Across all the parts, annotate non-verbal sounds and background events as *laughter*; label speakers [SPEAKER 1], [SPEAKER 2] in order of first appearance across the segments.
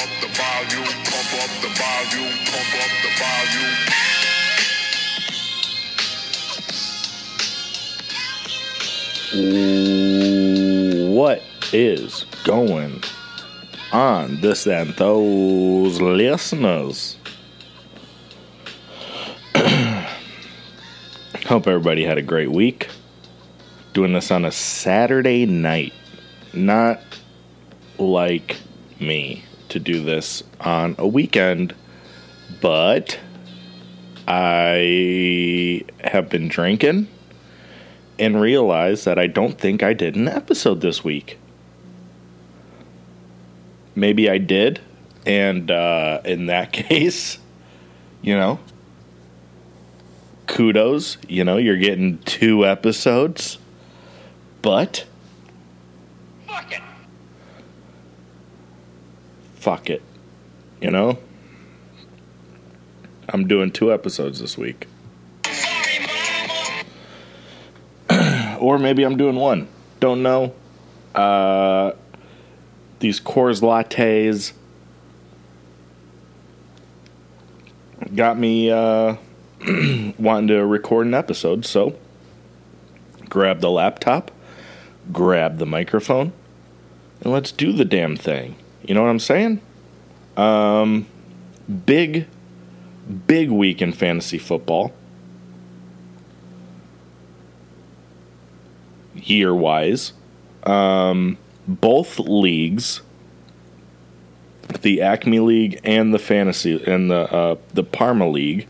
[SPEAKER 1] volume, pump up the volume, pump up the volume.
[SPEAKER 2] What is going on, this and those listeners? *clears throat* Hope everybody had a great week. Doing this on a Saturday night. Not like me to do this on a weekend, but I have been drinking and realized that I don't think I did an episode this week. Maybe I did, and uh, in that *laughs* case, you know, kudos. You know, you're getting two episodes, but
[SPEAKER 1] Fuck it.
[SPEAKER 2] fuck it. You know, I'm doing two episodes this week,
[SPEAKER 1] Sorry, mama.
[SPEAKER 2] or maybe I'm doing one. Don't know. Uh, these Coors lattes got me uh, *clears throat* wanting to record an episode, so grab the laptop, grab the microphone, and let's do the damn thing. You know what I'm saying? Um, big, big week in fantasy football. Year wise, um, both leagues, the Acme League and the Fantasy and the uh, the Parma League.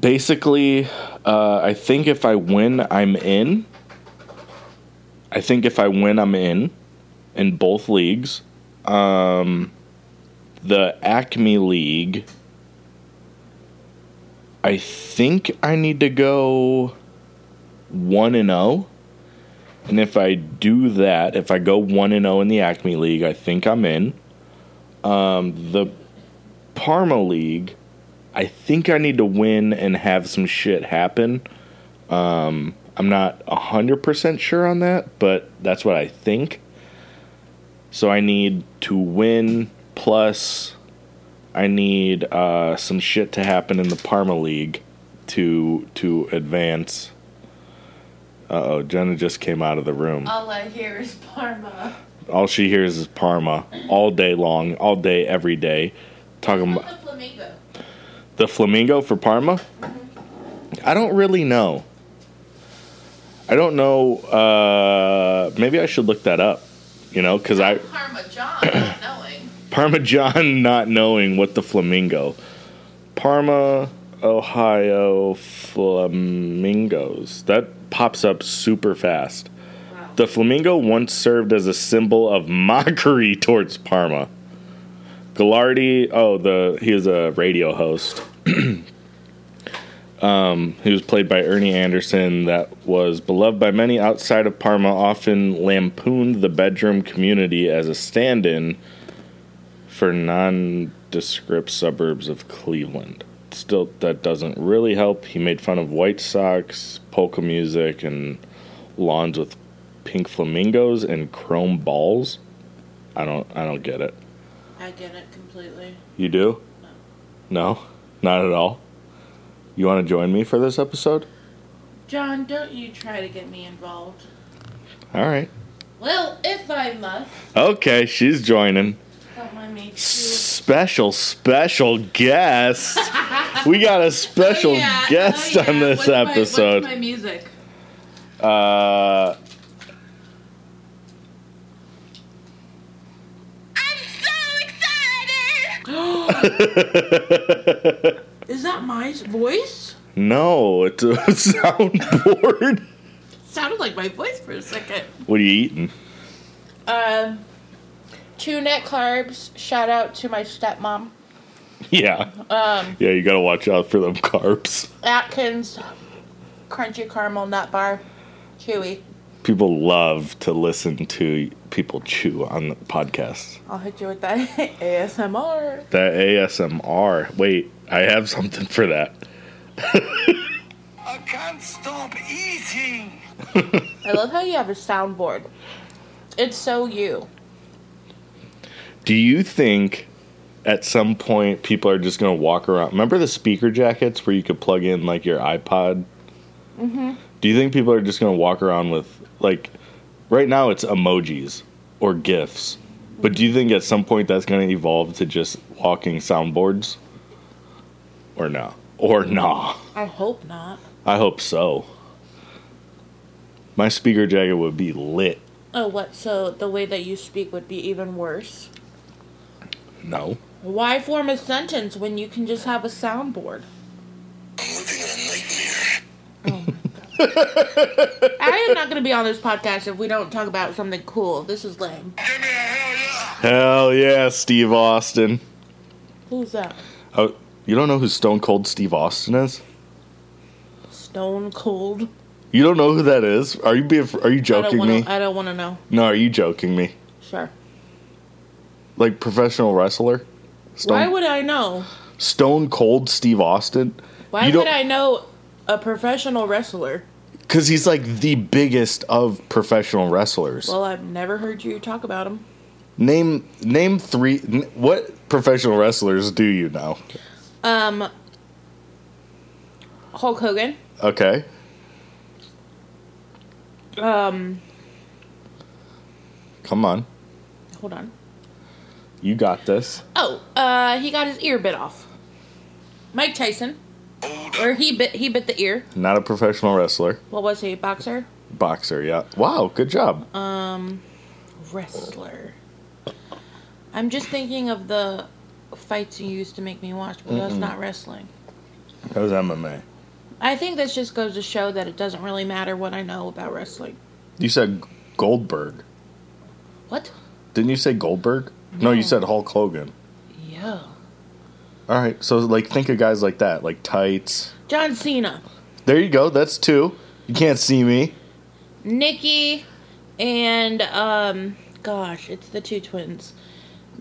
[SPEAKER 2] Basically, uh, I think if I win, I'm in. I think if I win, I'm in in both leagues. Um, the Acme League, I think I need to go one and zero. And if I do that, if I go one and zero in the Acme League, I think I'm in. Um, the Parma League, I think I need to win and have some shit happen. Um, I'm not hundred percent sure on that, but that's what I think. So I need to win plus I need uh, some shit to happen in the Parma League to to advance. Uh oh, Jenna just came out of the room.
[SPEAKER 3] All I hear is Parma.
[SPEAKER 2] All she hears is Parma all day long, all day, every day. Talking
[SPEAKER 3] What's
[SPEAKER 2] about
[SPEAKER 3] the flamingo?
[SPEAKER 2] the flamingo for Parma. I don't really know. I don't know. Uh, maybe I should look that up. You know, because I
[SPEAKER 3] Parma
[SPEAKER 2] *coughs*
[SPEAKER 3] John, not knowing.
[SPEAKER 2] Parmesan *laughs* not knowing what the flamingo. Parma, Ohio flamingos. That pops up super fast.
[SPEAKER 3] Wow.
[SPEAKER 2] The flamingo once served as a symbol of mockery *laughs* towards Parma. Gallardi, oh, the he was a radio host. *clears throat* um, he was played by Ernie Anderson, that was beloved by many outside of Parma, often lampooned the bedroom community as a stand in for nondescript suburbs of Cleveland. Still, that doesn't really help. He made fun of White Sox, polka music, and lawns with pink flamingos and chrome balls. I don't, I don't get it.
[SPEAKER 3] I get it completely.
[SPEAKER 2] You do? No, not at all. You want to join me for this episode?
[SPEAKER 3] John, don't you try to get me involved.
[SPEAKER 2] All right.
[SPEAKER 3] Well, if I must,
[SPEAKER 2] Okay, she's joining.
[SPEAKER 3] don't mind me. too.
[SPEAKER 2] Special, special
[SPEAKER 3] *laughs*
[SPEAKER 2] guest. we got a special
[SPEAKER 3] Oh, yeah. Oh,
[SPEAKER 2] guest
[SPEAKER 3] yeah.
[SPEAKER 2] on this
[SPEAKER 3] What's my- what's
[SPEAKER 2] episode.
[SPEAKER 3] my music?
[SPEAKER 2] Uh, *laughs*
[SPEAKER 1] I'm so excited.
[SPEAKER 3] *gasps* Is that my voice?
[SPEAKER 2] no, it's a *laughs* soundboard.
[SPEAKER 3] Sounded like my voice for a second.
[SPEAKER 2] what are you eating? *laughs*
[SPEAKER 3] Um, two net carbs. Shout out to my stepmom.
[SPEAKER 2] Yeah,
[SPEAKER 3] Um,
[SPEAKER 2] yeah, you gotta watch out for them carbs.
[SPEAKER 3] Atkins, crunchy caramel nut bar, chewy.
[SPEAKER 2] People love to listen to people chew on the podcast.
[SPEAKER 3] I'll hit you with that *laughs* ASMR.
[SPEAKER 2] That ASMR. Wait, I have something for that.
[SPEAKER 1] I can't stop eating.
[SPEAKER 3] I love how you have a soundboard. It's so you.
[SPEAKER 2] Do you think at some point people are just going to walk around? Remember the speaker jackets where you could plug in like your iPod? Do you think people are just going to walk around with like right now it's emojis or GIFs? But do you think at some point that's going to evolve to just walking soundboards? Or no? Or nah?
[SPEAKER 3] I hope not.
[SPEAKER 2] I hope so. My speaker jacket would be lit.
[SPEAKER 3] Oh, what? So the way that you speak would be even worse.
[SPEAKER 2] No.
[SPEAKER 3] Why form a sentence when you can just have a soundboard?
[SPEAKER 1] I'm living a nightmare.
[SPEAKER 3] I am not going to be on this podcast if we don't talk about something cool. This is lame.
[SPEAKER 1] Give me a hell
[SPEAKER 2] Hell yeah, Steve Austin.
[SPEAKER 3] Who's that?
[SPEAKER 2] Oh, you don't know who Stone Cold Steve Austin is?
[SPEAKER 3] Stone Cold.
[SPEAKER 2] You don't know who that is? Are you being, are you
[SPEAKER 3] I don't
[SPEAKER 2] joking
[SPEAKER 3] wanna,
[SPEAKER 2] me?
[SPEAKER 3] I don't want to know.
[SPEAKER 2] No, are you joking me?
[SPEAKER 3] Sure.
[SPEAKER 2] Like professional wrestler? Stone,
[SPEAKER 3] Why would I know?
[SPEAKER 2] Stone Cold Steve Austin?
[SPEAKER 3] Why
[SPEAKER 2] You
[SPEAKER 3] would
[SPEAKER 2] don't-
[SPEAKER 3] I know a professional wrestler?
[SPEAKER 2] Because he's like the biggest of professional wrestlers.
[SPEAKER 3] Well, I've never heard you talk about him.
[SPEAKER 2] name name three. n- What professional wrestlers do you know?
[SPEAKER 3] Um, Hulk Hogan.
[SPEAKER 2] Okay.
[SPEAKER 3] Um,
[SPEAKER 2] Come on.
[SPEAKER 3] hold on.
[SPEAKER 2] You got this.
[SPEAKER 3] Oh, uh, he got his ear bit off. Mike Tyson,
[SPEAKER 1] yeah! Hold up.
[SPEAKER 3] or he bit he bit the ear.
[SPEAKER 2] Not a professional wrestler.
[SPEAKER 3] What was he? Boxer,
[SPEAKER 2] Boxer, yeah. Wow, good job.
[SPEAKER 3] wrestler. I'm just thinking of the fights you used to make me watch, but that's not wrestling.
[SPEAKER 2] That was MMA.
[SPEAKER 3] I think this just goes to show that it doesn't really matter what I know about wrestling.
[SPEAKER 2] You said Goldberg.
[SPEAKER 3] What?
[SPEAKER 2] Didn't you say Goldberg? No, you said Hulk Hogan.
[SPEAKER 3] Yo,
[SPEAKER 2] All right, so like think of guys like that, like tights.
[SPEAKER 3] John Cena,
[SPEAKER 2] There you go. That's two. You can't see me.
[SPEAKER 3] Nikki, and um, gosh, it's the two twins.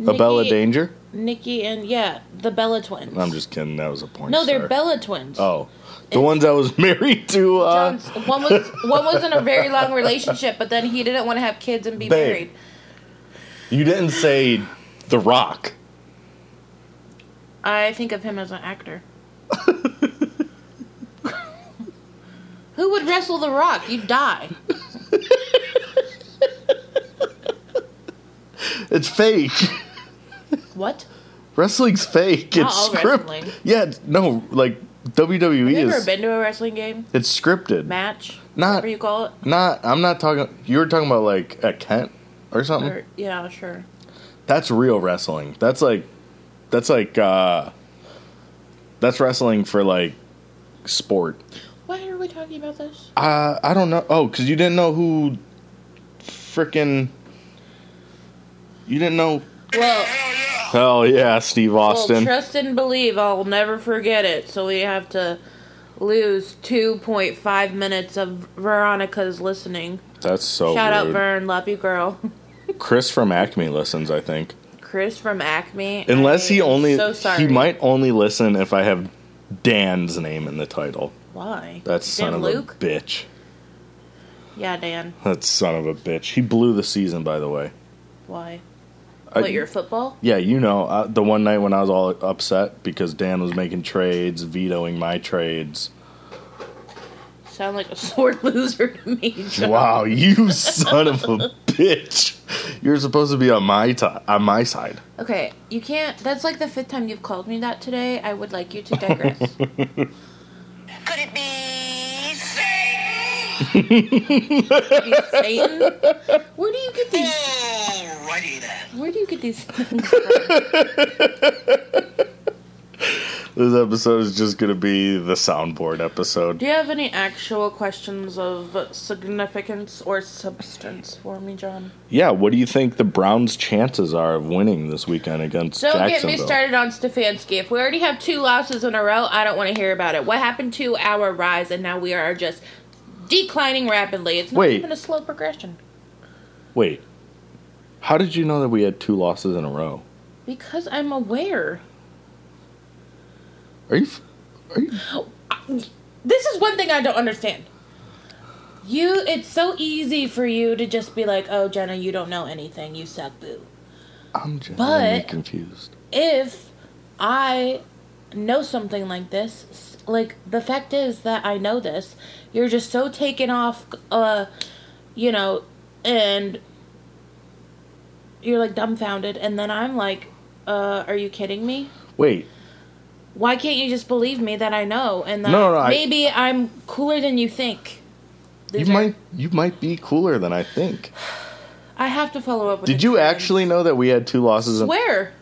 [SPEAKER 2] A Bella
[SPEAKER 3] Nikki-
[SPEAKER 2] Danger.
[SPEAKER 3] Nikki and yeah, the Bella twins.
[SPEAKER 2] I'm just kidding. That was a porn.
[SPEAKER 3] no, they're
[SPEAKER 2] star.
[SPEAKER 3] Bella twins.
[SPEAKER 2] Oh, the ones I was *laughs* married to. Uh,
[SPEAKER 3] John's, one was one was in a very long relationship, but then he didn't want to have kids and be
[SPEAKER 2] Babe.
[SPEAKER 3] married.
[SPEAKER 2] You didn't say The Rock.
[SPEAKER 3] I think of him as an
[SPEAKER 2] *laughs*
[SPEAKER 3] actor. Who would wrestle The Rock? You'd die.
[SPEAKER 2] It's fake. *laughs*
[SPEAKER 3] What?
[SPEAKER 2] Wrestling's fake.
[SPEAKER 3] Not
[SPEAKER 2] it's
[SPEAKER 3] all
[SPEAKER 2] scripted.
[SPEAKER 3] wrestling.
[SPEAKER 2] Yeah, it's- no, like WWE
[SPEAKER 3] You ever
[SPEAKER 2] is.
[SPEAKER 3] been to a wrestling game?
[SPEAKER 2] It's scripted.
[SPEAKER 3] Match?
[SPEAKER 2] Not-
[SPEAKER 3] Whatever you call it?
[SPEAKER 2] Not. I'm not talking. You were talking about like at Kent or something.
[SPEAKER 3] Or, yeah, sure.
[SPEAKER 2] That's real wrestling. That's like. That's like. uh That's wrestling for like sport.
[SPEAKER 3] Why are we talking about this?
[SPEAKER 2] Uh, I don't know. Oh, because you didn't know who. Frickin'. You didn't know.
[SPEAKER 3] Well,
[SPEAKER 1] Hell
[SPEAKER 2] Hell yeah, Steve
[SPEAKER 3] well,
[SPEAKER 2] Austin.
[SPEAKER 3] trust and believe. I'll never forget it. So we have to lose 2.5 minutes of Veronica's listening.
[SPEAKER 2] That's so
[SPEAKER 3] Shout out
[SPEAKER 2] rude.
[SPEAKER 3] Vern, love you, girl. *laughs*
[SPEAKER 2] Chris from Acme listens, I think.
[SPEAKER 3] Chris from Acme.
[SPEAKER 2] Unless he
[SPEAKER 3] I'm
[SPEAKER 2] only
[SPEAKER 3] so sorry.
[SPEAKER 2] he might only listen if I have Dan's name in the title.
[SPEAKER 3] Why?
[SPEAKER 2] That's son
[SPEAKER 3] Dan
[SPEAKER 2] of
[SPEAKER 3] Luke.
[SPEAKER 2] a bitch.
[SPEAKER 3] Yeah, Dan.
[SPEAKER 2] That son of a bitch. He blew the season, by the way.
[SPEAKER 3] Why?
[SPEAKER 2] I-
[SPEAKER 3] what your football?
[SPEAKER 2] yeah, you know uh, the one night when I was all upset because Dan was making trades, vetoing my
[SPEAKER 3] *laughs*
[SPEAKER 2] trades.
[SPEAKER 3] Sound like a *laughs* sore loser to me. John.
[SPEAKER 2] Wow, you son of a bitch! You're supposed to be on my ti on my side.
[SPEAKER 3] *laughs* Okay, you can't. That's like the fifth time you've called me that today. I would like
[SPEAKER 2] *laughs*
[SPEAKER 3] you to digress.
[SPEAKER 1] yeah! Could it be Satan?
[SPEAKER 3] You Satan. Where do you get these?
[SPEAKER 1] Alrighty then.
[SPEAKER 3] Where do you get these? *laughs*
[SPEAKER 2] This episode is just gonna be the soundboard episode.
[SPEAKER 3] do you have any actual questions of significance or substance for me, John?
[SPEAKER 2] Yeah, what do you think the Browns' chances are of winning this weekend against
[SPEAKER 3] Don't get
[SPEAKER 2] Jacksonville?
[SPEAKER 3] me started on Stefanski. If we already have two losses in a row, I don't want to hear about it. What happened to our rise and now we are just declining rapidly? It's not
[SPEAKER 2] Wait.
[SPEAKER 3] even a slow progression.
[SPEAKER 2] Wait, how did you know that we had two losses in a row?
[SPEAKER 3] Because I'm aware.
[SPEAKER 2] Are you? f- Are you?
[SPEAKER 3] This is one thing I don't understand. You it's so easy for you to just be like, "Oh, Jenna, you don't know anything. You suck, boo."
[SPEAKER 2] I'm just
[SPEAKER 3] But-
[SPEAKER 2] confused.
[SPEAKER 3] if I know something like this, s- like the fact is that I know this, you're just so taken off, uh, you know, and you're like dumbfounded, and then I'm like, uh, are you kidding me?
[SPEAKER 2] Wait,
[SPEAKER 3] Why can't you just believe me that I know and that
[SPEAKER 2] No, no, I-
[SPEAKER 3] maybe I, am cooler than you think?
[SPEAKER 2] you
[SPEAKER 3] These are-
[SPEAKER 2] might you might be cooler than I think.
[SPEAKER 3] I have to follow up. with
[SPEAKER 2] Did
[SPEAKER 3] the
[SPEAKER 2] you
[SPEAKER 3] trend.
[SPEAKER 2] actually know that we had two losses? In,
[SPEAKER 3] Where?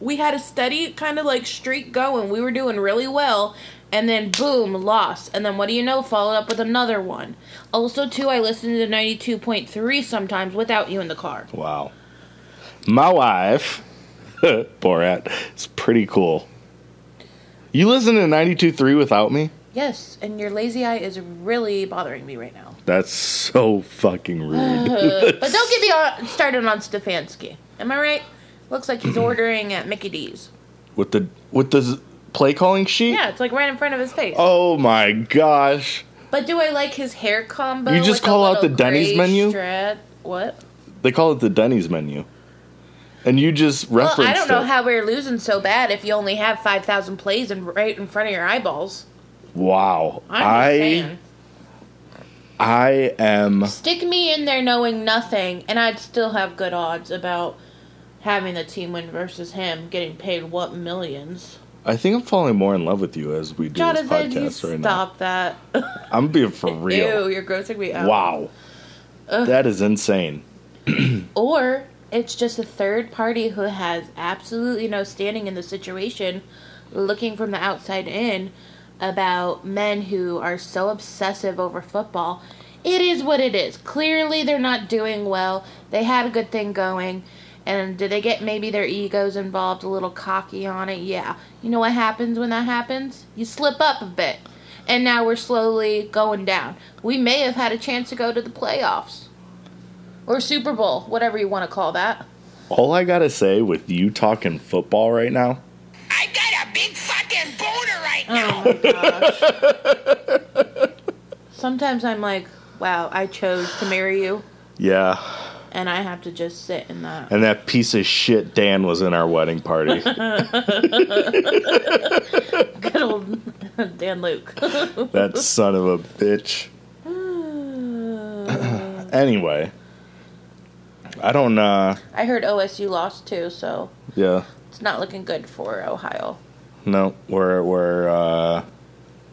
[SPEAKER 3] We had a steady kind of like streak going. We were doing really well. And then boom, lost. And then what do you know? Followed up with another one. Also, too, I listen to 92.3 sometimes without you in the car.
[SPEAKER 2] wow. My wife, *laughs* Borat, is pretty cool. You listen to 92.3 without me?
[SPEAKER 3] Yes, and your lazy eye is really bothering me right now.
[SPEAKER 2] That's so fucking rude. *laughs*
[SPEAKER 3] *laughs* But don't get me uh, started on Stefanski. Am I right? Looks like
[SPEAKER 2] *clears throat*
[SPEAKER 3] he's ordering at Mickey D's.
[SPEAKER 2] with the with the z- play calling sheet?
[SPEAKER 3] Yeah, it's like right in front of his face.
[SPEAKER 2] Oh my gosh.
[SPEAKER 3] But do I like his hair combo?
[SPEAKER 2] You just
[SPEAKER 3] with
[SPEAKER 2] call out
[SPEAKER 3] little
[SPEAKER 2] the Denny's
[SPEAKER 3] gray
[SPEAKER 2] menu?
[SPEAKER 3] strap? What?
[SPEAKER 2] They call it the Denny's menu. And you just referenced
[SPEAKER 3] well, I don't know
[SPEAKER 2] it.
[SPEAKER 3] how we're losing so bad if you only have 5,000 plays and right in front of your eyeballs.
[SPEAKER 2] wow.
[SPEAKER 3] I'm just
[SPEAKER 2] I
[SPEAKER 3] saying.
[SPEAKER 2] I am
[SPEAKER 3] Stick me in there knowing nothing, and I'd still have good odds about having the team win versus him getting paid what millions.
[SPEAKER 2] I think I'm falling more in love with you as we do this
[SPEAKER 3] Jonathan, you
[SPEAKER 2] podcast right now.
[SPEAKER 3] stop that. *laughs*
[SPEAKER 2] I'm being for real.
[SPEAKER 3] Ew, you're grossing me out.
[SPEAKER 2] Wow. That is insane.
[SPEAKER 3] Or it's just a third party who has absolutely no standing in the situation, looking from the outside in about men who are so obsessive over football. It is what it is. Clearly, they're not doing well. They had a good thing going. And did they get maybe their egos involved, a little cocky on it? Yeah. You know what happens when that happens? You slip up a bit. And now we're slowly going down. We may have had a chance to go to the playoffs or Super Bowl, whatever you want to call that.
[SPEAKER 2] All I gotta say with you talking football right now,
[SPEAKER 1] I got a big fucking boner right now.
[SPEAKER 3] Oh my gosh. Sometimes I'm like, wow, I chose to marry you,
[SPEAKER 2] yeah.
[SPEAKER 3] and I have to just sit in that. *laughs*
[SPEAKER 2] And that piece of shit Dan was in our wedding party.
[SPEAKER 3] Good old *laughs* Dan Luke.
[SPEAKER 2] that son of a bitch. Anyway. I don't uh
[SPEAKER 3] I heard OSU lost too, so
[SPEAKER 2] yeah.
[SPEAKER 3] it's not looking good for Ohio.
[SPEAKER 2] No, we're we're uh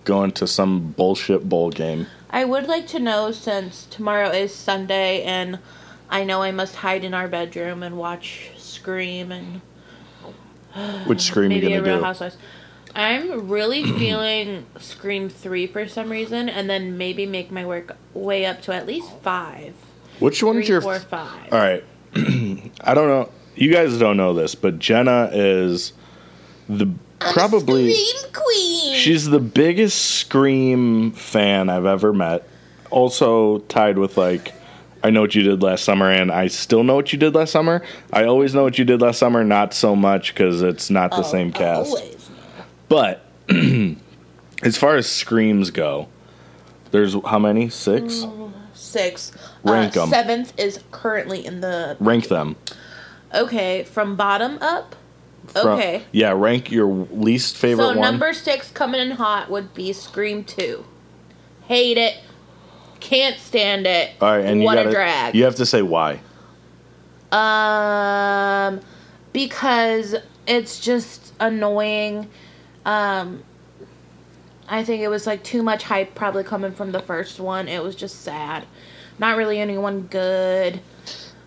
[SPEAKER 2] going to some bullshit bowl game.
[SPEAKER 3] I would like to know since tomorrow is Sunday and I know I must hide in our bedroom and watch Scream and
[SPEAKER 2] Which scream
[SPEAKER 3] maybe
[SPEAKER 2] you
[SPEAKER 3] a Real
[SPEAKER 2] gonna do?
[SPEAKER 3] Housewives.
[SPEAKER 2] *clears throat*
[SPEAKER 3] I'm really feeling Scream three for some reason, and then maybe make my work way up to at least five.
[SPEAKER 2] Which one's
[SPEAKER 3] Three,
[SPEAKER 2] your uh,
[SPEAKER 3] four, five.
[SPEAKER 2] All right. *clears throat* I don't know. You guys don't know this, but Jenna is the probably
[SPEAKER 3] Scream Queen.
[SPEAKER 2] she's the biggest Scream fan I've ever met. Also tied with like I know what you did last summer and I still know what you did last summer. I always know what you did last summer, not so much cuz it's not the
[SPEAKER 3] Oh,
[SPEAKER 2] same cast.
[SPEAKER 3] Always.
[SPEAKER 2] But *clears throat* as far as screams go, there's how many? 6?
[SPEAKER 3] Mm. Six. Uh,
[SPEAKER 2] Rank 'em.
[SPEAKER 3] Seventh is currently in the
[SPEAKER 2] Rank them.
[SPEAKER 3] okay from bottom up.
[SPEAKER 2] From-
[SPEAKER 3] Okay.
[SPEAKER 2] Yeah, rank your least favorite
[SPEAKER 3] So
[SPEAKER 2] one.
[SPEAKER 3] number six coming in hot would be Scream two. Hate it. Can't stand it.
[SPEAKER 2] All right, and
[SPEAKER 3] what
[SPEAKER 2] you gotta,
[SPEAKER 3] a drag.
[SPEAKER 2] You have to say why.
[SPEAKER 3] Um, because it's just annoying. Um, I think it was like too much hype probably coming from the first one. It was just sad. Not really anyone good.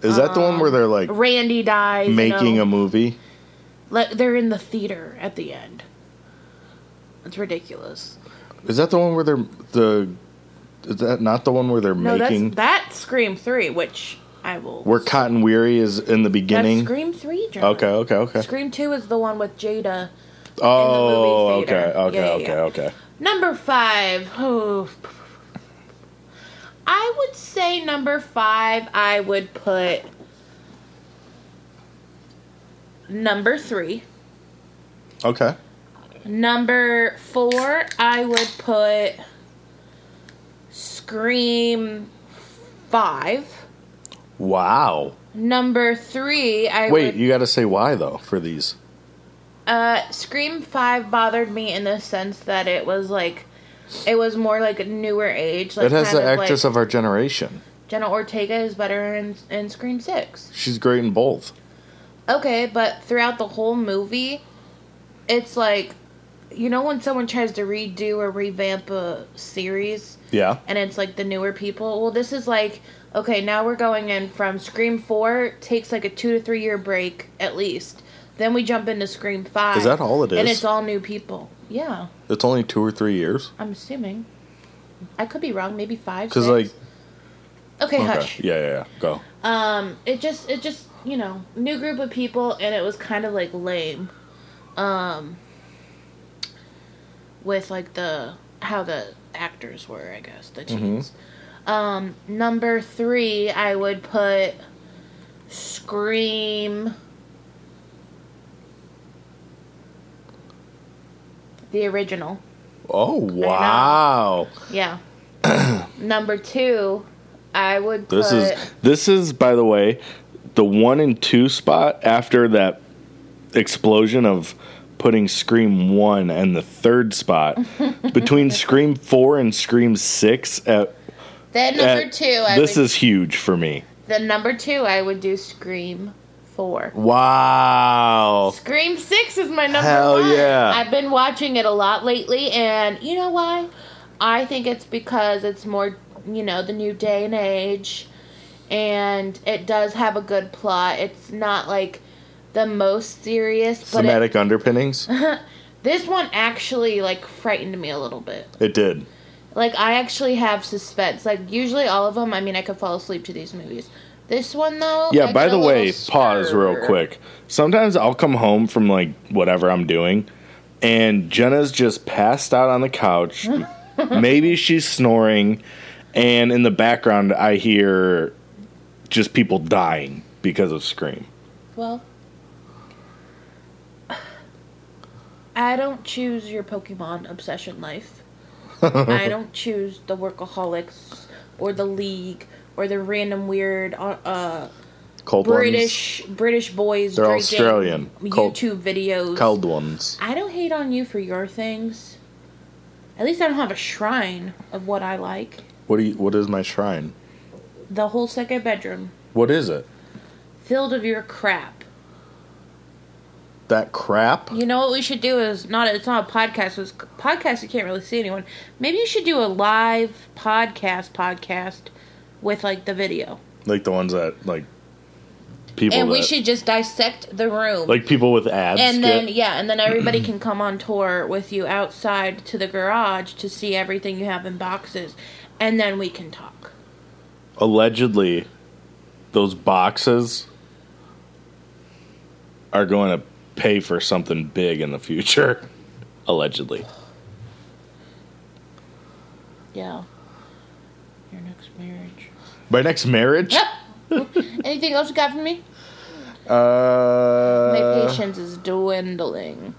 [SPEAKER 2] Is that the one where they're like
[SPEAKER 3] Randy dies.
[SPEAKER 2] making a movie?
[SPEAKER 3] like they're in the theater at the end. It's ridiculous.
[SPEAKER 2] Is that the one where they're the? Is that not the one where they're
[SPEAKER 3] No,
[SPEAKER 2] making?
[SPEAKER 3] that's that's Scream three, which I will.
[SPEAKER 2] where Cotton Weary is in the
[SPEAKER 3] that's
[SPEAKER 2] beginning.
[SPEAKER 3] Scream three. John.
[SPEAKER 2] Okay, okay, okay.
[SPEAKER 3] Scream two is the one with Jada.
[SPEAKER 2] oh,
[SPEAKER 3] in the movie
[SPEAKER 2] okay,
[SPEAKER 3] theater.
[SPEAKER 2] okay,
[SPEAKER 3] Yeah, yeah,
[SPEAKER 2] okay,
[SPEAKER 3] yeah.
[SPEAKER 2] okay.
[SPEAKER 3] Number five. *sighs* Oh. I would say number five, I would put number three.
[SPEAKER 2] Okay.
[SPEAKER 3] Number four, I would put Scream five.
[SPEAKER 2] Wow.
[SPEAKER 3] Number three, I
[SPEAKER 2] Wait,
[SPEAKER 3] would-
[SPEAKER 2] you got to say why though for these.
[SPEAKER 3] Uh, Scream Five bothered me in the sense that it was like, it was more like a newer age. Like
[SPEAKER 2] it has
[SPEAKER 3] kind
[SPEAKER 2] the
[SPEAKER 3] of
[SPEAKER 2] actress
[SPEAKER 3] like,
[SPEAKER 2] of our generation.
[SPEAKER 3] Jenna Ortega is better in, in Scream Six.
[SPEAKER 2] She's great in both.
[SPEAKER 3] Okay, but throughout the whole movie, it's like, you know, when someone tries to redo or revamp a series,
[SPEAKER 2] Yeah.
[SPEAKER 3] and it's like the newer people. Well, this is like, okay, now we're going in from Scream Four takes like a two to three year break at least. Then we jump into Scream Five.
[SPEAKER 2] Is that all it
[SPEAKER 3] And
[SPEAKER 2] is?
[SPEAKER 3] it's all new people. Yeah.
[SPEAKER 2] It's only two or three years.
[SPEAKER 3] I'm assuming. I could be wrong. Maybe five.
[SPEAKER 2] Because like,
[SPEAKER 3] six. okay,
[SPEAKER 2] okay,
[SPEAKER 3] hush.
[SPEAKER 2] yeah, yeah, yeah, go.
[SPEAKER 3] Um, it just, it just, you know, new group of people, and it was kind of like lame. Um, with like the how the actors were, I guess the
[SPEAKER 2] Mm-hmm.
[SPEAKER 3] teens. Um, number three, I would put Scream. The original.
[SPEAKER 2] Oh wow, *coughs*
[SPEAKER 3] Yeah. Number two, I would. Put,
[SPEAKER 2] this is this is by the way, the one and two spot after that explosion of putting Scream one and the third
[SPEAKER 3] *laughs*
[SPEAKER 2] spot between Scream four and Scream six. At,
[SPEAKER 3] then number
[SPEAKER 2] at-
[SPEAKER 3] two. I
[SPEAKER 2] this
[SPEAKER 3] would,
[SPEAKER 2] is huge for me.
[SPEAKER 3] then number two. I would do Scream four.
[SPEAKER 2] Wow.
[SPEAKER 3] Scream six is my number
[SPEAKER 2] Hell
[SPEAKER 3] one.
[SPEAKER 2] yeah.
[SPEAKER 3] I've been watching it a lot lately, and you know why? I think it's because it's more, you know, the new day and age, and it does have a good plot. It's not like the most serious, but it,
[SPEAKER 2] Thematic
[SPEAKER 3] *laughs*
[SPEAKER 2] underpinnings.
[SPEAKER 3] this one actually like frightened me a little bit.
[SPEAKER 2] It did.
[SPEAKER 3] Like I actually have suspense. Like usually all of them, I mean, I could fall asleep to these movies. This one though. I
[SPEAKER 2] Yeah,
[SPEAKER 3] get
[SPEAKER 2] by
[SPEAKER 3] a
[SPEAKER 2] the
[SPEAKER 3] little
[SPEAKER 2] way, pause real
[SPEAKER 3] scared.
[SPEAKER 2] quick. Sometimes I'll come home from like whatever I'm doing, and Jenna's just passed out on the
[SPEAKER 3] *laughs*
[SPEAKER 2] couch. Maybe she's snoring, and in the background, I hear just people dying because of Scream.
[SPEAKER 3] Well, I don't choose your Pokemon
[SPEAKER 2] *laughs*
[SPEAKER 3] obsession life. I don't choose the workaholics or the league or the random weird uh, uh
[SPEAKER 2] Cold
[SPEAKER 3] British British boys
[SPEAKER 2] They're
[SPEAKER 3] drinking
[SPEAKER 2] Australian. Cold-
[SPEAKER 3] YouTube videos.
[SPEAKER 2] ones, cold ones.
[SPEAKER 3] I don't hate on you for your things. At least I don't have a shrine of what I like.
[SPEAKER 2] What do you, What is my shrine?
[SPEAKER 3] The whole second bedroom
[SPEAKER 2] What is it?
[SPEAKER 3] filled of your crap.
[SPEAKER 2] That crap.
[SPEAKER 3] You know what we should do is not. It's not a podcast. It's podcast. You can't really see anyone. Maybe you should do a live podcast podcast with like the video,
[SPEAKER 2] Like the ones that like people.
[SPEAKER 3] and we
[SPEAKER 2] that-
[SPEAKER 3] should just dissect the room.
[SPEAKER 2] like people with abs.
[SPEAKER 3] and
[SPEAKER 2] get-
[SPEAKER 3] then yeah, and
[SPEAKER 2] *clears throat*
[SPEAKER 3] then everybody can come on tour with you outside to the garage to see everything you have in boxes, and then we can talk.
[SPEAKER 2] allegedly those boxes are going to pay for something big in the future *laughs* allegedly
[SPEAKER 3] Yeah. Your next marriage.
[SPEAKER 2] my next marriage
[SPEAKER 3] Yep. *laughs* Anything else you got for me? My
[SPEAKER 2] uh,
[SPEAKER 3] patience is dwindling.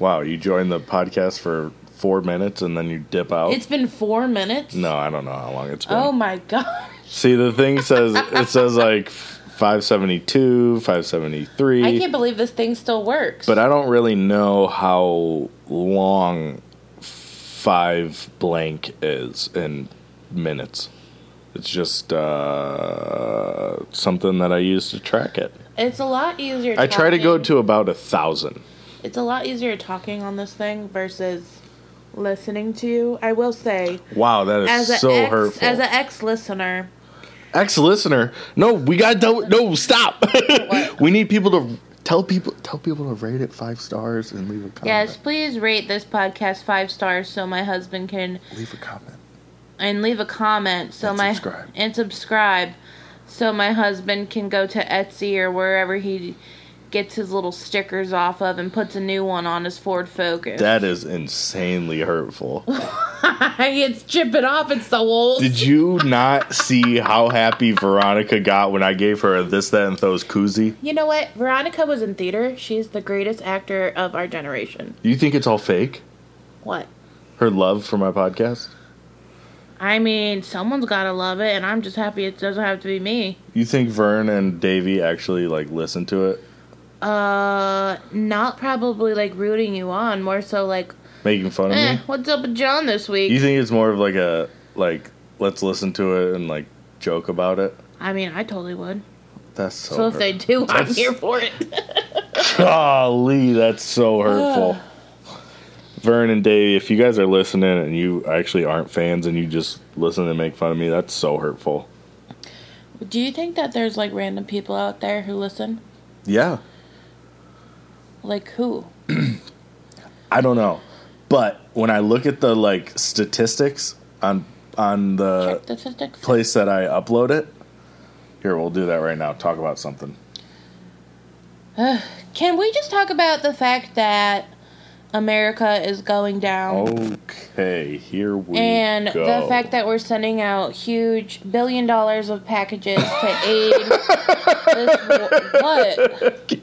[SPEAKER 2] wow you joined the podcast for four minutes and then you dip out
[SPEAKER 3] It's been four minutes.
[SPEAKER 2] oh. no i don't know how long it's been
[SPEAKER 3] Oh my gosh.
[SPEAKER 2] see the thing says it says like 572 573
[SPEAKER 3] I can't believe this thing still works.
[SPEAKER 2] but I don't really know how long five blank is in minutes. It's just uh, something that I use to track it.
[SPEAKER 3] it's a lot easier.
[SPEAKER 2] I try to go
[SPEAKER 3] talking-
[SPEAKER 2] to about a thousand.
[SPEAKER 3] It's a lot easier talking on this thing versus listening to you. I will say,
[SPEAKER 2] Wow, that is
[SPEAKER 3] as a
[SPEAKER 2] so
[SPEAKER 3] ex,
[SPEAKER 2] hurtful.
[SPEAKER 3] as an ex listener,
[SPEAKER 2] Ex listener, no, we got to no stop. *laughs* *coughs* we need people to tell people tell people to rate it five stars and leave a comment.
[SPEAKER 3] yes, please rate this podcast five stars so my husband can
[SPEAKER 2] leave a comment.
[SPEAKER 3] and leave a comment so
[SPEAKER 2] And
[SPEAKER 3] my
[SPEAKER 2] subscribe.
[SPEAKER 3] and subscribe so my husband can go to Etsy or wherever he gets his little stickers off of and puts a new one on his Ford Focus. *laughs*
[SPEAKER 2] That is insanely hurtful.
[SPEAKER 3] it's chipping off. It's so old.
[SPEAKER 2] Did you not see how happy Veronica got when I gave her a this, that, and those koozie?
[SPEAKER 3] You know what? Veronica was in theater. She's the greatest actor of our generation.
[SPEAKER 2] You think it's all fake?
[SPEAKER 3] What?
[SPEAKER 2] Her love for my podcast?
[SPEAKER 3] I mean, someone's gotta love it, and I'm just happy it doesn't have to be me.
[SPEAKER 2] You think Vern and Davey actually like listen to it,
[SPEAKER 3] Uh, not probably like rooting you on, more so like,
[SPEAKER 2] making fun of
[SPEAKER 3] eh,
[SPEAKER 2] me?
[SPEAKER 3] what's up with John this week?
[SPEAKER 2] You think it's more of like a like let's listen to it and like joke about it?
[SPEAKER 3] I mean, I totally would.
[SPEAKER 2] That's so.
[SPEAKER 3] So if they
[SPEAKER 2] hurt-
[SPEAKER 3] do, I'm
[SPEAKER 2] That's-
[SPEAKER 3] here for it.
[SPEAKER 2] golly, that's
[SPEAKER 3] Ah.
[SPEAKER 2] so hurtful. Vern and Davey, if you guys are listening and you actually aren't fans and you just listen and make fun of me, that's so hurtful.
[SPEAKER 3] *laughs* do you think that there's like random people out there who listen?
[SPEAKER 2] Yeah,
[SPEAKER 3] Like who?
[SPEAKER 2] I don't know, but when I look at the like statistics on on the
[SPEAKER 3] Check the statistics.
[SPEAKER 2] place that I upload it. Here, we'll do that right now. Talk about something.
[SPEAKER 3] Can we just talk about the fact that America is going down?
[SPEAKER 2] Okay, here we
[SPEAKER 3] and
[SPEAKER 2] go.
[SPEAKER 3] the fact that we're sending out huge billion dollars of packages
[SPEAKER 2] *laughs*
[SPEAKER 3] to aid this war- what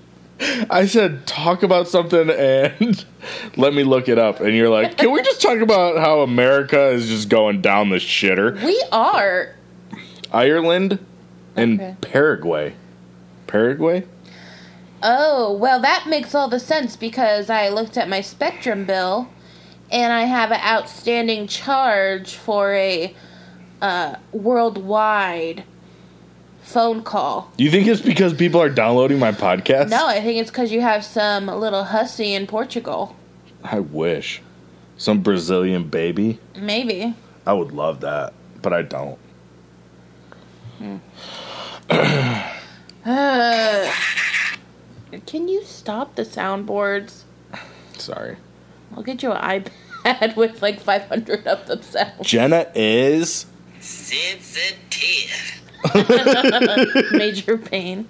[SPEAKER 2] I said talk about something and *laughs* let me look it up, and you're like, can we just talk about how America is just going down the shitter?
[SPEAKER 3] we are
[SPEAKER 2] Ireland and
[SPEAKER 3] Okay.
[SPEAKER 2] Paraguay. Paraguay?
[SPEAKER 3] oh well that makes all the sense because i looked at my spectrum bill and i have an outstanding charge for a uh, worldwide phone call
[SPEAKER 2] Do you think it's because people are downloading my podcast?
[SPEAKER 3] no i think it's because you have some little hussy in portugal
[SPEAKER 2] I wish. Some Brazilian baby.
[SPEAKER 3] maybe
[SPEAKER 2] I would love that, but I don't.
[SPEAKER 3] Uh, can you stop the soundboards?
[SPEAKER 2] Sorry.
[SPEAKER 3] I'll get you an iPad *laughs* with like 500 of them sound
[SPEAKER 2] *laughs* Jenna is
[SPEAKER 1] Sensitive.
[SPEAKER 3] major pain.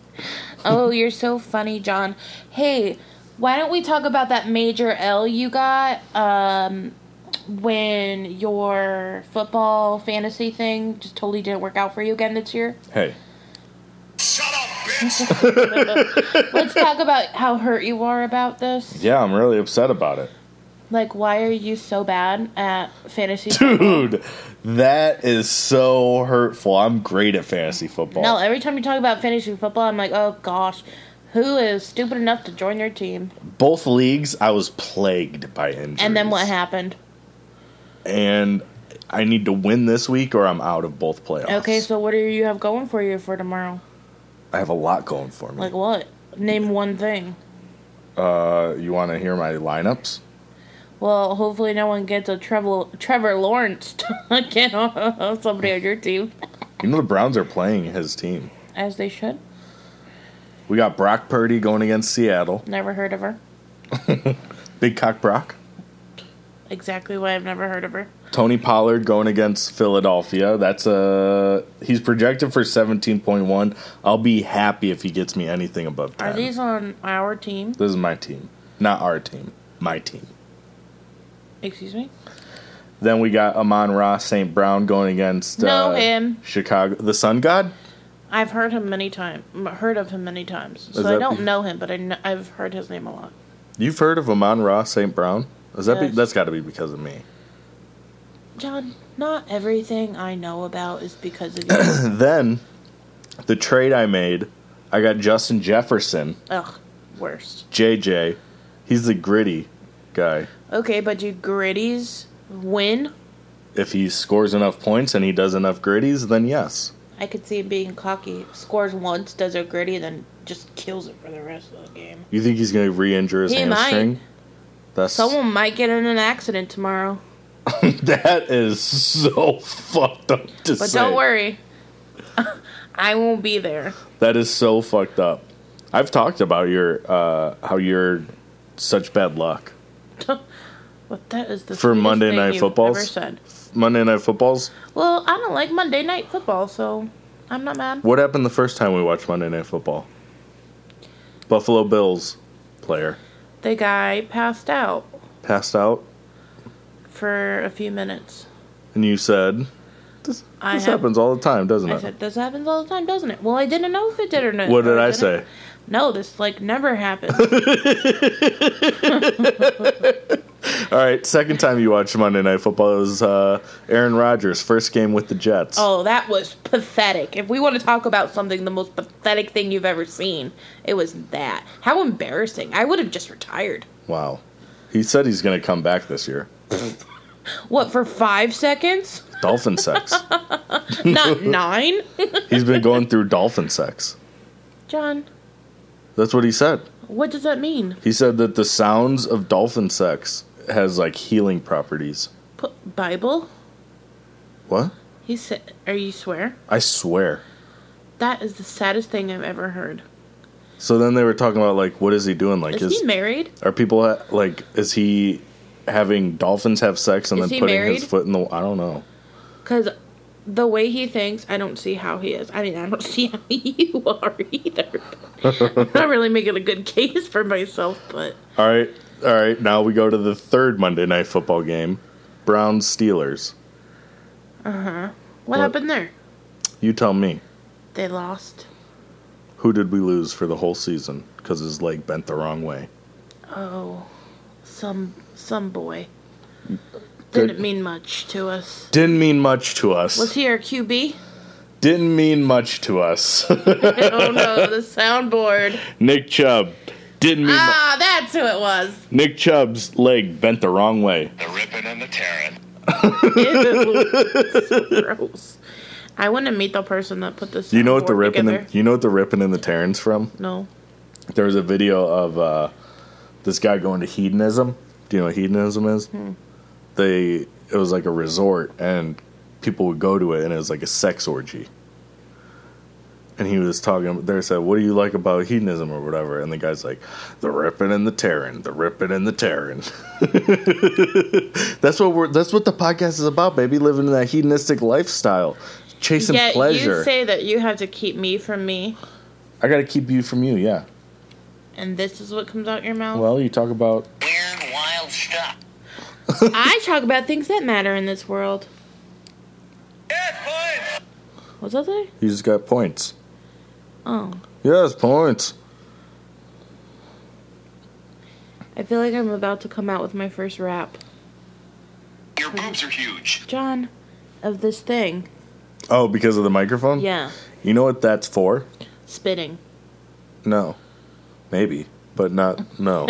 [SPEAKER 3] Oh, you're so funny, John. Hey, why don't we talk about that major L you got um, when your football fantasy thing just totally didn't work out for you again
[SPEAKER 2] *laughs*
[SPEAKER 3] this year?
[SPEAKER 2] hey.
[SPEAKER 1] Shut up, bitch.
[SPEAKER 3] Let's talk about how hurt you are about this.
[SPEAKER 2] Yeah, I'm really upset about it. *laughs*
[SPEAKER 3] Like, why are you so bad at fantasy?
[SPEAKER 2] Dude, that is so hurtful. I'm great at fantasy football.
[SPEAKER 3] No, every time you talk about fantasy football, I'm like, oh gosh, who is stupid enough to join your team?
[SPEAKER 2] Both leagues, I was plagued by injuries.
[SPEAKER 3] And then what happened?
[SPEAKER 2] And I need to win this week or I'm out of both playoffs.
[SPEAKER 3] Okay, so what do you have going for you for tomorrow?
[SPEAKER 2] I have a lot going for me.
[SPEAKER 3] Like what? Name one thing.
[SPEAKER 2] uh, you want to hear my lineups?
[SPEAKER 3] Well, hopefully no one gets a Trevor Trevor Lawrence *laughs* again on somebody on your team,
[SPEAKER 2] You know the Browns are playing his team.
[SPEAKER 3] as they should.
[SPEAKER 2] We got Brock Purdy going against Seattle.
[SPEAKER 3] Never heard of her.
[SPEAKER 2] Big cock Brock.
[SPEAKER 3] Exactly why I've never heard of her.
[SPEAKER 2] Tony Pollard going against Philadelphia. That's a he's projected for 17.1. I'll be happy if he gets me anything above 10.
[SPEAKER 3] Are these on our team?
[SPEAKER 2] This is my team, not our team. My team.
[SPEAKER 3] Excuse me.
[SPEAKER 2] Then we got Amon Ross St. Brown going against
[SPEAKER 3] No,
[SPEAKER 2] uh,
[SPEAKER 3] him.
[SPEAKER 2] Chicago, the Sun God.
[SPEAKER 3] I've heard him many times. Heard of him many times. So I
[SPEAKER 2] that
[SPEAKER 3] don't
[SPEAKER 2] be-
[SPEAKER 3] know him, but I kn- I've heard his name a lot.
[SPEAKER 2] You've heard of Amon Ross St. Brown? Is that be,
[SPEAKER 3] Yes.
[SPEAKER 2] that's got to be because of me.
[SPEAKER 3] John, not everything I know about is because of you.
[SPEAKER 2] *coughs* And then the trade I made, I got Justin Jefferson,
[SPEAKER 3] Ugh, worst.
[SPEAKER 2] JJ. He's the gritty guy.
[SPEAKER 3] Okay, but do gritties win?
[SPEAKER 2] If he scores enough points and he does enough gritties, then yes.
[SPEAKER 3] I could see him being cocky. Scores once, does a gritty, then just kills it for the rest of the game.
[SPEAKER 2] You think he's going to re-injure his
[SPEAKER 3] He might.
[SPEAKER 2] hamstring? That's
[SPEAKER 3] Someone might get in an accident tomorrow.
[SPEAKER 2] *laughs* that is so fucked up to
[SPEAKER 3] But
[SPEAKER 2] say.
[SPEAKER 3] don't worry. *laughs* I won't be there. *laughs*
[SPEAKER 2] That is so fucked up. I've talked about your uh, how you're such bad luck.
[SPEAKER 3] But that is the
[SPEAKER 2] For
[SPEAKER 3] sweetest
[SPEAKER 2] Monday
[SPEAKER 3] thing
[SPEAKER 2] Night
[SPEAKER 3] you've
[SPEAKER 2] Footballs?
[SPEAKER 3] ever said.
[SPEAKER 2] Monday Night Footballs.
[SPEAKER 3] Well, I don't like Monday night football, so I'm not mad.
[SPEAKER 2] What happened the first time we watched Monday Night Football? Buffalo Bills player
[SPEAKER 3] The guy passed out
[SPEAKER 2] passed out,
[SPEAKER 3] for a few minutes.
[SPEAKER 2] and you said, "This,
[SPEAKER 3] I
[SPEAKER 2] this
[SPEAKER 3] have-
[SPEAKER 2] happens all the time, doesn't
[SPEAKER 3] I
[SPEAKER 2] it?"
[SPEAKER 3] said, "This happens all the time, doesn't it?" Well, I didn't know if it did or not.
[SPEAKER 2] what did
[SPEAKER 3] or
[SPEAKER 2] I
[SPEAKER 3] it didn't.
[SPEAKER 2] say? *laughs*
[SPEAKER 3] No, this like never happened.
[SPEAKER 2] All right, second time you watched Monday Night Football it was uh, Aaron Rodgers' first game with the Jets.
[SPEAKER 3] Oh, that was pathetic. If we want to talk about something, the most pathetic thing you've ever seen, it was that. How embarrassing. I would have just retired.
[SPEAKER 2] Wow. He said he's going to come back this year.
[SPEAKER 3] What, for five seconds?
[SPEAKER 2] Dolphin
[SPEAKER 3] *laughs*
[SPEAKER 2] sex. *laughs*
[SPEAKER 3] Not nine?
[SPEAKER 2] he's been going through dolphin sex.
[SPEAKER 3] John,
[SPEAKER 2] That's what he said.
[SPEAKER 3] what does that mean?
[SPEAKER 2] He said that the sounds of dolphin sex has like healing properties.
[SPEAKER 3] Put Bible?
[SPEAKER 2] What?
[SPEAKER 3] He said, Are you swear?
[SPEAKER 2] I swear.
[SPEAKER 3] That is the saddest thing I've ever heard.
[SPEAKER 2] So then they were talking about like what is he doing? Like
[SPEAKER 3] Is
[SPEAKER 2] is,
[SPEAKER 3] he married?
[SPEAKER 2] are people ha- like is he having dolphins have sex and
[SPEAKER 3] Is
[SPEAKER 2] then
[SPEAKER 3] he
[SPEAKER 2] putting his
[SPEAKER 3] married?
[SPEAKER 2] foot in the I don't know.
[SPEAKER 3] Because the way he thinks, I don't see how he is. I mean, I don't *laughs* see how you are either. *laughs* I'm not really making a good case for myself, but
[SPEAKER 2] All right. All right. Now we go to the third Monday night football game. Browns Steelers.
[SPEAKER 3] what happened there?
[SPEAKER 2] You tell me.
[SPEAKER 3] They lost.
[SPEAKER 2] Who did we lose for the whole season cuz his leg bent the wrong way?
[SPEAKER 3] Oh, some some boy
[SPEAKER 2] Good.
[SPEAKER 3] didn't mean much to us.
[SPEAKER 2] Didn't mean much to us.
[SPEAKER 3] Was he our QB?
[SPEAKER 2] Didn't mean much to us. *laughs*
[SPEAKER 3] oh no, the soundboard.
[SPEAKER 2] Nick Chubb. Didn't mean mu-
[SPEAKER 3] Ah, that's who it was.
[SPEAKER 2] Nick Chubb's leg bent the wrong way.
[SPEAKER 1] The ripping and the tearing.
[SPEAKER 2] *laughs*
[SPEAKER 3] Ew, gross. I want to meet the person that put this.
[SPEAKER 2] Do you know what the
[SPEAKER 3] soundboard
[SPEAKER 2] ripping
[SPEAKER 3] together.
[SPEAKER 2] and, you know what the ripping and the tearing's from?
[SPEAKER 3] no.
[SPEAKER 2] There was a video of uh, this guy going to hedonism. Do you know what hedonism is?
[SPEAKER 3] Hmm.
[SPEAKER 2] They it was like a resort and people would go to it and it was like a sex orgy. And he was talking there said, What do you like about hedonism or whatever? And the guy's like, The ripping and the tearing, the ripping and the tearing. *laughs* that's what we're that's what the podcast is about, baby, living that hedonistic lifestyle. Chasing
[SPEAKER 3] Yeah,
[SPEAKER 2] pleasure.
[SPEAKER 3] you say that you have to keep me from me,
[SPEAKER 2] I gotta keep you from you, yeah.
[SPEAKER 3] and this is what comes out your mouth.
[SPEAKER 2] Well, *laughs* you talk about
[SPEAKER 1] Weird, wild stuff.
[SPEAKER 3] I talk about things that matter in this world.
[SPEAKER 1] Yes, boys!
[SPEAKER 3] What was I say?
[SPEAKER 2] you just got points.
[SPEAKER 3] Oh,
[SPEAKER 2] Yes, points.
[SPEAKER 3] I feel like I'm about to come out with my first rap,
[SPEAKER 1] Your boobs are huge.
[SPEAKER 3] John, of this thing.
[SPEAKER 2] Oh, because of the microphone?
[SPEAKER 3] Yeah,
[SPEAKER 2] You know what that's for?
[SPEAKER 3] spitting.
[SPEAKER 2] No. Maybe, but not
[SPEAKER 3] *laughs*
[SPEAKER 2] no.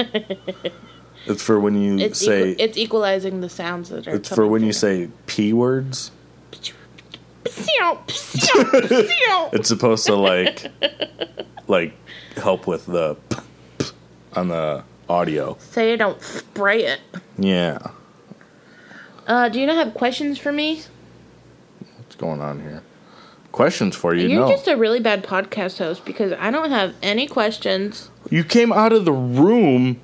[SPEAKER 2] it's for when you
[SPEAKER 3] It's
[SPEAKER 2] say
[SPEAKER 3] equa- it's equalizing the sounds that are.
[SPEAKER 2] it's for when you say p words. *laughs*
[SPEAKER 3] *laughs*
[SPEAKER 2] It's supposed to like like help with the p- p- on the audio.
[SPEAKER 3] Say you don't spray it.
[SPEAKER 2] Yeah.
[SPEAKER 3] Uh, do you not have questions for me?
[SPEAKER 2] What's going on here? Questions for you?
[SPEAKER 3] You're
[SPEAKER 2] no.
[SPEAKER 3] just a really bad podcast host because I don't have any questions.
[SPEAKER 2] You came out of the room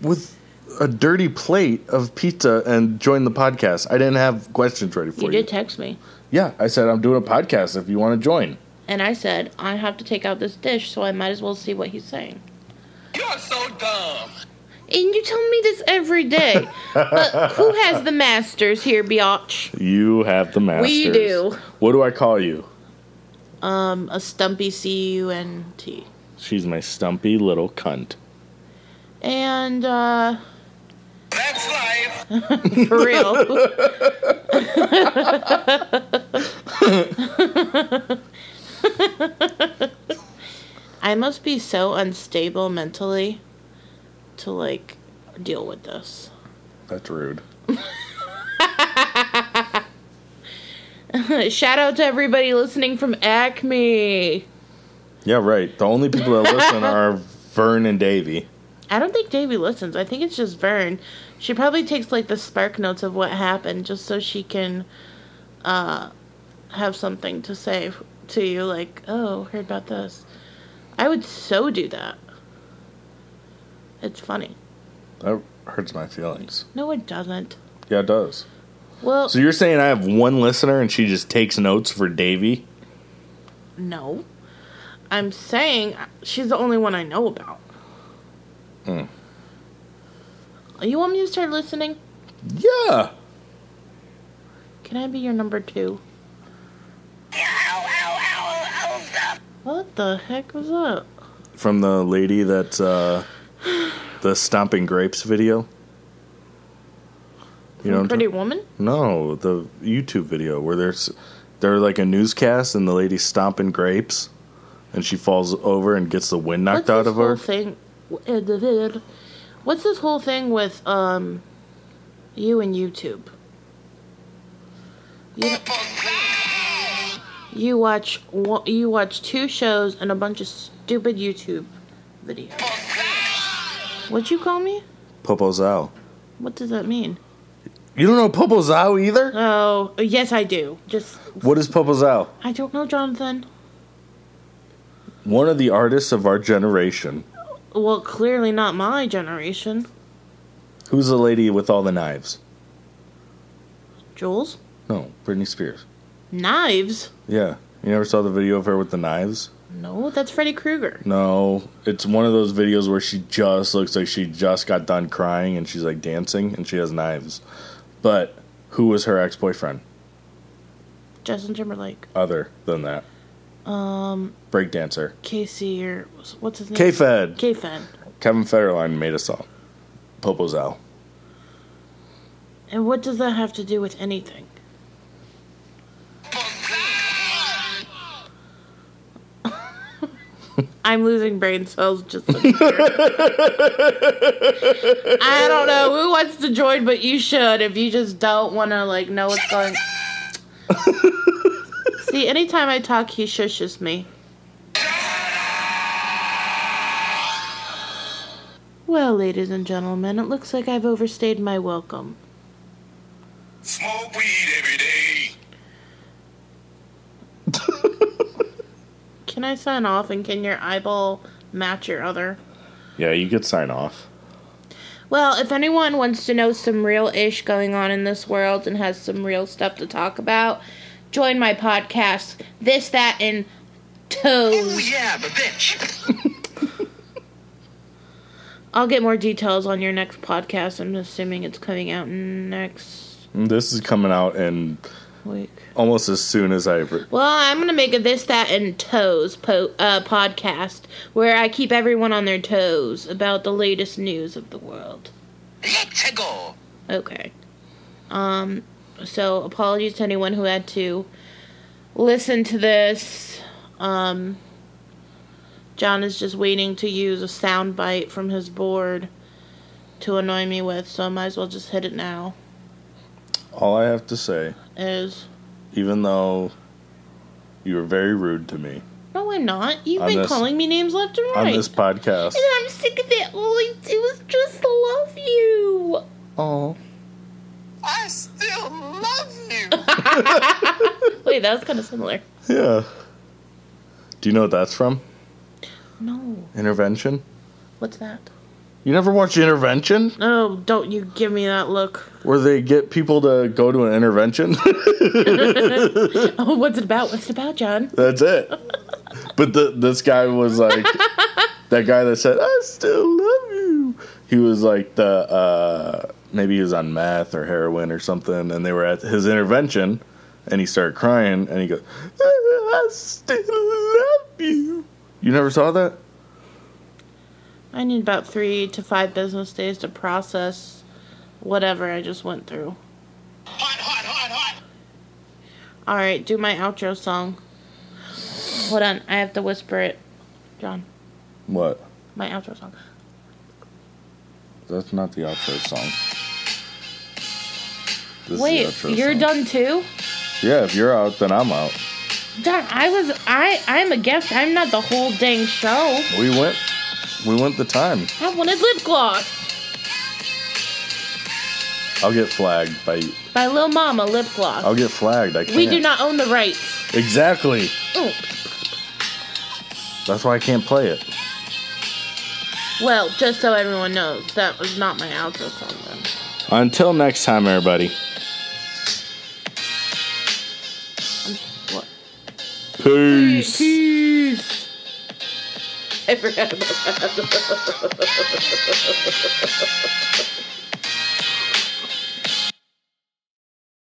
[SPEAKER 2] with a dirty plate of pizza and joined the podcast. I didn't have questions ready for
[SPEAKER 3] You
[SPEAKER 2] you.
[SPEAKER 3] did text me.
[SPEAKER 2] yeah, I said I'm doing a podcast if you want to join.
[SPEAKER 3] And I said, I have to take out this dish, so I might as well see what he's saying.
[SPEAKER 1] You're so dumb.
[SPEAKER 3] And you tell me this every day. but who has the masters here, Biatch?
[SPEAKER 2] You have the masters.
[SPEAKER 3] We do.
[SPEAKER 2] What do I call you?
[SPEAKER 3] Um, a stumpy C U N T.
[SPEAKER 2] She's my stumpy little cunt.
[SPEAKER 3] And, uh,
[SPEAKER 1] That's life.
[SPEAKER 3] for real. I must be so unstable mentally to, like, deal with this.
[SPEAKER 2] That's rude.
[SPEAKER 3] Shout out to everybody listening from Acme.
[SPEAKER 2] Yeah, right. The only people that listen *laughs* are Vern and Davey.
[SPEAKER 3] I don't think Davy listens. I think it's just Vern. She probably takes like the spark notes of what happened just so she can uh have something to say f- to you like, "Oh, heard about this." I would so do that. It's funny.
[SPEAKER 2] That hurts my feelings.
[SPEAKER 3] No, it doesn't.
[SPEAKER 2] Yeah, it does.
[SPEAKER 3] Well,
[SPEAKER 2] So you're saying I have one listener and she just takes notes for Davey?
[SPEAKER 3] no. I'm saying uh, she's the only one I know about. You want me to start listening?
[SPEAKER 2] Yeah.
[SPEAKER 3] Can I be your number two? What the heck was that?
[SPEAKER 2] from the lady that uh, the stomping grapes video. You know, what I'm
[SPEAKER 3] Pretty
[SPEAKER 2] talking-
[SPEAKER 3] Woman?
[SPEAKER 2] no, the YouTube video where there's they're like a newscast and the lady's stomping grapes, and she falls over and gets the wind knocked
[SPEAKER 3] What's
[SPEAKER 2] out
[SPEAKER 3] this
[SPEAKER 2] of her.
[SPEAKER 3] whole thing? What's this whole thing with um, you and YouTube? You, you watch wa- you watch two shows and a bunch of stupid YouTube videos. What'd you call me?
[SPEAKER 2] Popo Zhao.
[SPEAKER 3] What does that mean?
[SPEAKER 2] You don't know Popo Zhao either.
[SPEAKER 3] Oh, yes, I do. Just
[SPEAKER 2] What is Popo Zhao?
[SPEAKER 3] I don't know, Jonathan.
[SPEAKER 2] One of the artists of our generation.
[SPEAKER 3] Well, clearly not my generation.
[SPEAKER 2] Who's the lady with all the knives?
[SPEAKER 3] Jules,
[SPEAKER 2] No, Britney Spears.
[SPEAKER 3] knives.
[SPEAKER 2] Yeah, you never saw the video of her with the knives?
[SPEAKER 3] No, that's Freddy Krueger.
[SPEAKER 2] No, it's one of those videos where she just looks like she just got done crying and she's like dancing and she has knives. But who was her ex boyfriend
[SPEAKER 3] Justin Timberlake.
[SPEAKER 2] other than that? Um, breakdancer.
[SPEAKER 3] Casey or what's his name?
[SPEAKER 2] K Fed.
[SPEAKER 3] K Fed.
[SPEAKER 2] Kevin Federline made a song. Popo's out.
[SPEAKER 3] And what does that have to do with anything? I'm losing brain cells just sitting here. I don't know who wants to join, but you should if you just don't want to like know what's going. See, anytime I talk, he shushes me. Well, ladies and gentlemen, it looks like I've overstayed my welcome.
[SPEAKER 1] Smoke weed every day.
[SPEAKER 3] Can I sign off and can your eyeball match your other?
[SPEAKER 2] Yeah, you could sign off.
[SPEAKER 3] Well, if anyone wants to know some real ish going on in this world and has some real stuff to talk about, join my podcast, This, That, and Toes.
[SPEAKER 1] Oh, yeah, but bitch.
[SPEAKER 3] I'll get more details on your next podcast. I'm assuming it's coming out next
[SPEAKER 2] Mm, This is coming out in
[SPEAKER 3] week.
[SPEAKER 2] almost as soon as I.
[SPEAKER 3] Well, I'm going to make a This, That, and Toes po- uh, podcast where I keep everyone on their toes about the latest news of the world.
[SPEAKER 1] Let's go.
[SPEAKER 3] Okay. Um so apologies to anyone who had to listen to this. Um John is just waiting to use a sound bite from his board to annoy me with, so I might as well just hit it now.
[SPEAKER 2] All I have to say,
[SPEAKER 3] Is
[SPEAKER 2] even though you were very rude to me
[SPEAKER 3] no, I'm not. You've
[SPEAKER 2] On
[SPEAKER 3] been
[SPEAKER 2] this-
[SPEAKER 3] calling me names left and
[SPEAKER 2] on
[SPEAKER 3] right.
[SPEAKER 2] this podcast.
[SPEAKER 3] and I'm sick of it. All I do is just love you.
[SPEAKER 2] Oh.
[SPEAKER 1] I still love you.
[SPEAKER 3] Wait, that was kind of similar.
[SPEAKER 2] Yeah. Do you know what that's from?
[SPEAKER 3] No.
[SPEAKER 2] Intervention?
[SPEAKER 3] What's that?
[SPEAKER 2] You never watch Intervention?
[SPEAKER 3] Oh, don't you give me that look. *laughs*
[SPEAKER 2] Where they get people to go to an intervention? *laughs*
[SPEAKER 3] Oh, what's it about? What's it about, John?
[SPEAKER 2] that's it. But the, this guy was
[SPEAKER 3] *laughs*
[SPEAKER 2] like, that guy that said, I still love you. He was like the, uh, maybe he was on meth or heroin or something, and they were at his intervention, and he started crying, and he goes, I still love you. You never saw that?
[SPEAKER 3] I need about three to five business days to process whatever I just went through.
[SPEAKER 1] Hot, hot, hot, hot.
[SPEAKER 3] All right, do my outro song. Hold on, I have to whisper it. John,
[SPEAKER 2] What?
[SPEAKER 3] my outro song.
[SPEAKER 2] That's not the outro song. This is the
[SPEAKER 3] Wait,
[SPEAKER 2] outro
[SPEAKER 3] you're
[SPEAKER 2] song.
[SPEAKER 3] done too?
[SPEAKER 2] Yeah, if you're out, then I'm out.
[SPEAKER 3] John, I was I I'm a guest. I'm not the whole dang show.
[SPEAKER 2] We went, we went the time.
[SPEAKER 3] I wanted lip gloss
[SPEAKER 2] I'll get flagged by.
[SPEAKER 3] by Lil Mama lip gloss.
[SPEAKER 2] I'll get flagged. I can't.
[SPEAKER 3] we do not own the rights. Oh,
[SPEAKER 2] Exactly.
[SPEAKER 3] Ooh.
[SPEAKER 2] That's why I can't play it.
[SPEAKER 3] Well, just so everyone knows, that was not my outro song then.
[SPEAKER 2] Until next time, everybody.
[SPEAKER 3] What?
[SPEAKER 2] Peace.
[SPEAKER 3] Peace. I forgot about that.